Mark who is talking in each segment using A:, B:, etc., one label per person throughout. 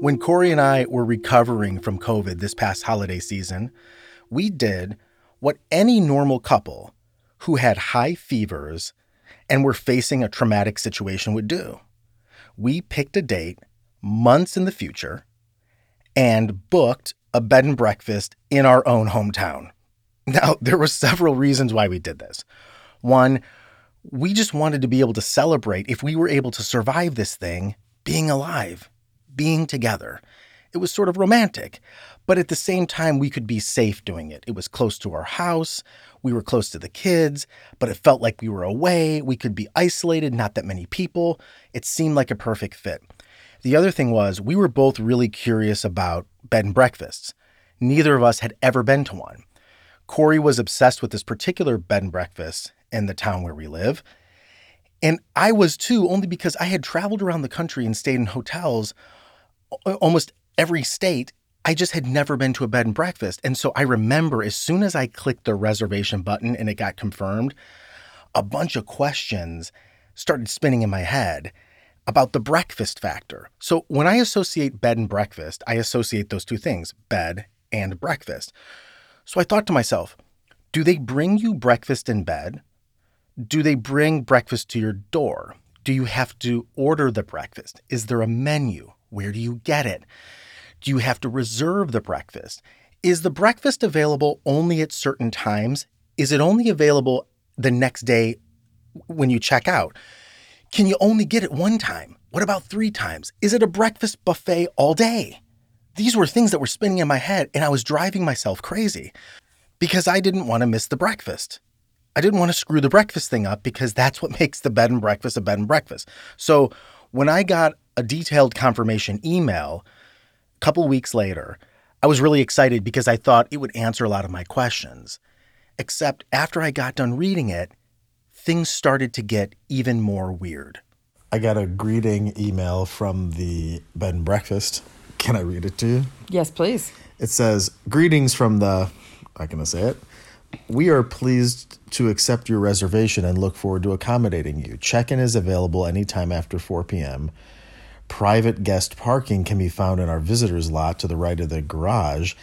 A: When Corey and I were recovering from COVID this past holiday season, we did what any normal couple who had high fevers and were facing a traumatic situation would do. We picked a date months in the future and booked a bed and breakfast in our own hometown. Now, there were several reasons why we did this. One, we just wanted to be able to celebrate if we were able to survive this thing being alive, being together. It was sort of romantic, but at the same time, we could be safe doing it. It was close to our house, we were close to the kids, but it felt like we were away. We could be isolated, not that many people. It seemed like a perfect fit. The other thing was, we were both really curious about bed and breakfasts. Neither of us had ever been to one. Corey was obsessed with this particular bed and breakfast in the town where we live. And I was too, only because I had traveled around the country and stayed in hotels a- almost every state. I just had never been to a bed and breakfast. And so I remember as soon as I clicked the reservation button and it got confirmed, a bunch of questions started spinning in my head about the breakfast factor. So when I associate bed and breakfast, I associate those two things bed and breakfast. So I thought to myself, do they bring you breakfast in bed? Do they bring breakfast to your door? Do you have to order the breakfast? Is there a menu? Where do you get it? Do you have to reserve the breakfast? Is the breakfast available only at certain times? Is it only available the next day when you check out? Can you only get it one time? What about three times? Is it a breakfast buffet all day? These were things that were spinning in my head, and I was driving myself crazy because I didn't want to miss the breakfast. I didn't want to screw the breakfast thing up because that's what makes the bed and breakfast a bed and breakfast. So when I got a detailed confirmation email a couple weeks later, I was really excited because I thought it would answer a lot of my questions. Except after I got done reading it, things started to get even more weird.
B: I got a greeting email from the bed and breakfast. Can I read it to you?
C: Yes, please.
B: It says, "Greetings from the." I'm not gonna say it. We are pleased to accept your reservation and look forward to accommodating you. Check in is available anytime after 4 p.m. Private guest parking can be found in our visitors lot to the right of the garage.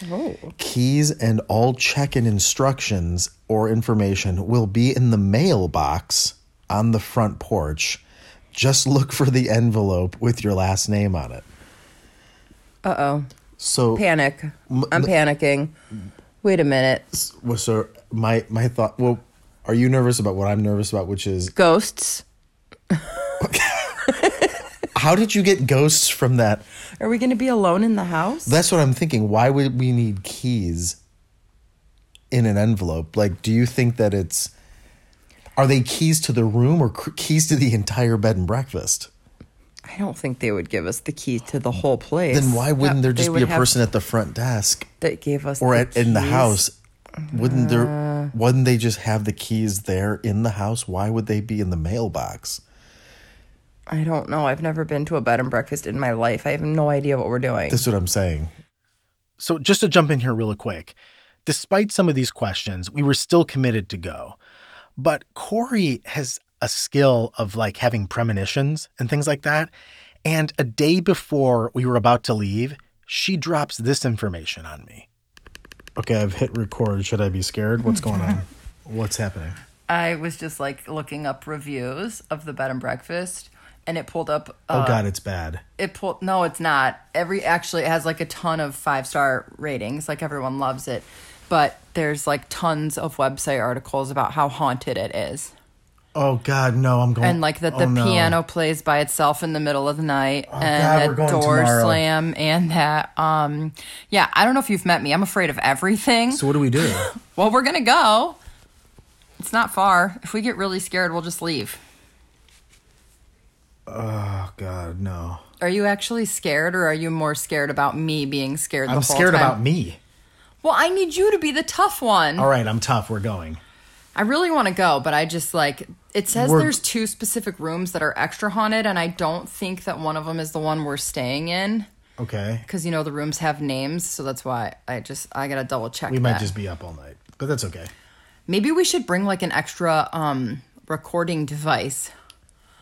B: Keys and all check in instructions or information will be in the mailbox on the front porch. Just look for the envelope with your last name on it.
C: Uh oh.
B: So,
C: Panic. I'm panicking. Wait a minute.
B: well, so my my thought. Well, are you nervous about what I'm nervous about, which is
C: Ghosts.
B: how did you get ghosts from that?
C: Are we going to be alone in the house?
B: That's what I'm thinking. Why would we need keys in an envelope? Like, do you think that it's are they keys to the room or cr- keys to the entire bed and breakfast?
C: I don't think they would give us the key to the whole place.
B: Then why wouldn't
C: That-
B: there
C: they
B: just be
C: would
B: a
C: have-
B: person at the front desk
C: that gave us
B: or
C: the
B: at, in the
C: keys. Uh.
B: house? Wouldn't there? Wouldn't they just have the keys there in the house? Why would they be in the mailbox?
C: I don't know. I've never been to a bed and breakfast in my life. I have no idea what we're doing.
B: That's what I'm saying.
A: So, just to jump in here really quick, despite some of these questions, we were still committed to go. But Corey has a skill of like having premonitions and things like that. And a day before we were about to leave, she drops this information on me.
B: Okay, I've hit record. Should I be scared? What's going on? What's happening?
D: I was just like looking up reviews of the bed and breakfast, and it pulled up.
B: Oh
D: Uh,
B: God, it's bad.
D: It pulled. No, it's not. Every actually, it has like a ton of five star ratings. Like everyone loves it, but there's like tons of website articles about how haunted it is,
B: Oh God, no! I'm going.
D: and like that
B: oh,
D: the
B: no. Oh,
D: piano plays by itself in the middle of the night,
B: God,
D: and
B: we're
D: that
B: going
D: door
B: tomorrow.
D: slam, and that. Um, yeah, I don't know if you've met me. I'm afraid of everything.
B: So what do we do?
D: well, we're gonna go. It's not far. If we get really scared, we'll just leave.
B: oh God, no!
D: Are you actually scared, or are you more scared about me being scared? The
B: I'm
D: whole
B: scared
D: time?
B: about me.
D: Well, I need you to be the tough one.
B: All right, I'm tough. We're going.
D: I really want to go, but I just like it says
B: We're-
D: there's two specific rooms that are extra haunted, and I don't think that one of them is the one we're staying in
B: Okay,
D: because you know the rooms have names, so that's why I just I gotta double check.
B: we might just be up all night, but that's okay.
D: maybe we should bring like an extra um recording device.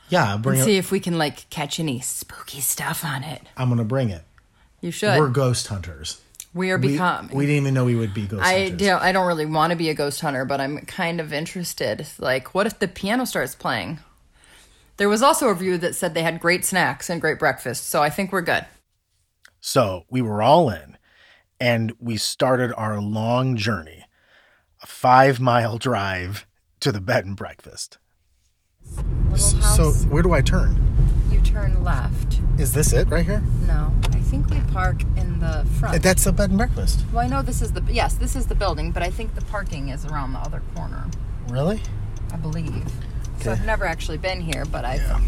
B: Yeah, I'll bring
D: See
B: it.
D: if we can like catch any spooky stuff on it.
B: I'm gonna bring it.
D: You should.
E: We're
D: We're,
E: ghost hunters. We,
D: becoming.
E: we didn't even know we would be ghost
D: I
E: hunters.
D: do. I don't really want to be a ghost hunter, but I'm kind of interested. Like, what if the piano starts playing? There was also a review that said they had great snacks and great breakfast, so I think we're good.
A: So we were all in, and we started our long journey a five mile drive to the bed and breakfast.
B: So where do I turn?
D: You turn left.
B: Is this it right here?
D: No, I think we park in the front.
B: That's a bed and breakfast.
D: well, I know this is the yes, this is the building, but I think the parking is around the other corner.
B: Really?
D: I believe. So I've never actually been here, but I've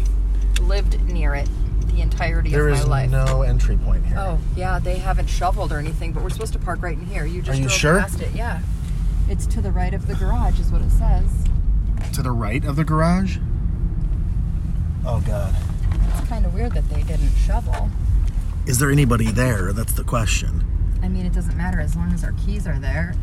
D: lived near it the entirety
B: There
D: of
B: is
D: my life.
B: no entry point here.
D: Oh yeah, they haven't shoveled or anything, but we're supposed to park right in here. You just
B: Are you
D: drove
B: sure?
D: past it. Yeah, it's to the right of the garage, is what it says. Oh.
B: To the right of the garage? Oh god.
D: It's kind of weird that they didn't shovel.
B: Is there anybody there? That's the question.
D: I mean, it doesn't matter as long as our keys are there.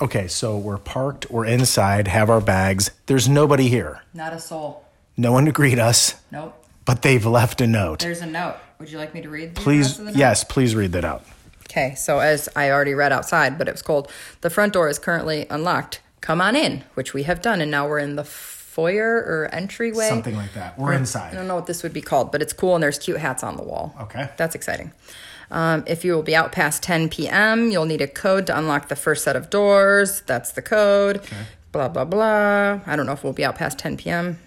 A: Okay, so we're parked, we're inside, have our bags. There's nobody here.
D: Not a soul.
A: No one to greet us,
D: Nope.
A: but they've left a note.
D: There's a note. Would you like me to read? The
A: Please,
D: rest of the note?
A: yes, please read that out.
D: Okay, so as I already read outside, but it was cold, the front door is currently unlocked. Come on in, which we have done, and now we're in the foyer or entryway.
A: Something like that. We're
D: I
A: inside.
D: don't know what this would be called, but it's cool, and there's cute hats on the wall.
A: Okay.
D: That's exciting. Um, if you will be out past 10 p.m., you'll need a code to unlock the first set of doors. That's the code. Blah, blah, blah. I don't know if we'll be out past 10 p.m.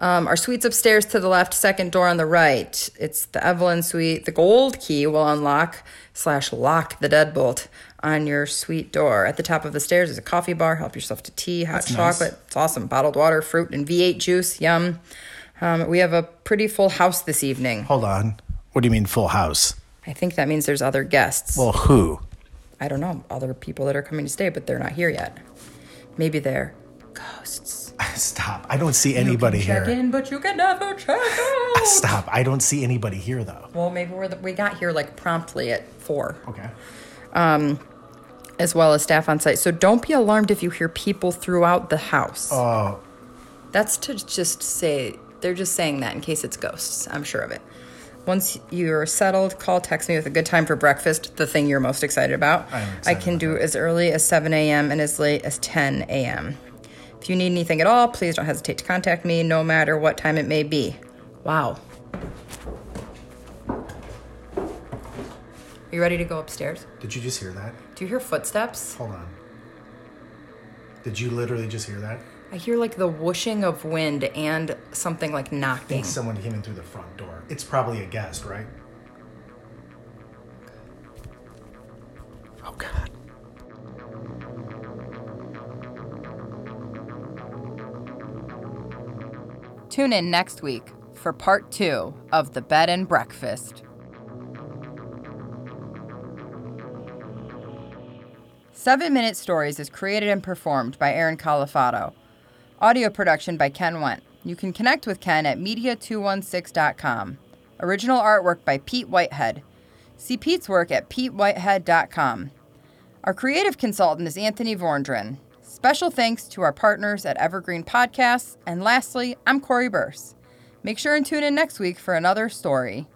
D: Um, our suite's upstairs to the left, second door on the right. It's the Evelyn suite. The gold key will unlock slash lock the deadbolt on your suite door. At the top of the stairs is a coffee bar. Help yourself to tea, hot chocolate. It's awesome. Bottled water, fruit, and V8 juice. Yum. Um, we have a pretty full house this evening.
A: Hold on. What do you mean, full house?
D: I think that means there's other guests.
A: Well, who?
D: I don't know, other people that are coming to stay, but they're not here yet. Maybe they're ghosts.
A: Stop. I don't see anybody
D: Check
A: here.
D: in, but you can never check out.
A: Stop. I don't see anybody here, though.
D: Well, maybe we're the, we got here like promptly at four,
A: Okay.
D: as well as staff on site. So don't be alarmed if you hear people throughout the house. Oh, that's to just say they're just saying that in case it's ghosts. I'm sure of it. Once you're settled, call, text me with a good time for breakfast, the thing you're most excited about.
A: am
D: I
A: excited
D: can do as early as 7 a.m. and as late as 10 a.m. If you need anything at all, please don't hesitate to contact me, no matter what time it may be. Wow. Are you ready to go upstairs?
A: Did you just hear that?
D: Do you hear footsteps?
A: Hold on. Did you literally just hear that?
D: I hear like the whooshing of wind and something like knocking.
A: Someone came in through the front door. It's probably a guest, right?
B: Oh god.
D: Tune in next week for part two of The Bed and Breakfast. Seven Minute Stories is created and performed by Aaron Califato. Audio production by Ken Went. You can connect with Ken at media216.com. Original artwork by Pete Whitehead. See Pete's work at petewhitehead.com. Our creative consultant is Anthony Vorndren. Special thanks to our partners at Evergreen Podcasts. And lastly, I'm Corey Burse. Make sure and tune in next week for another story.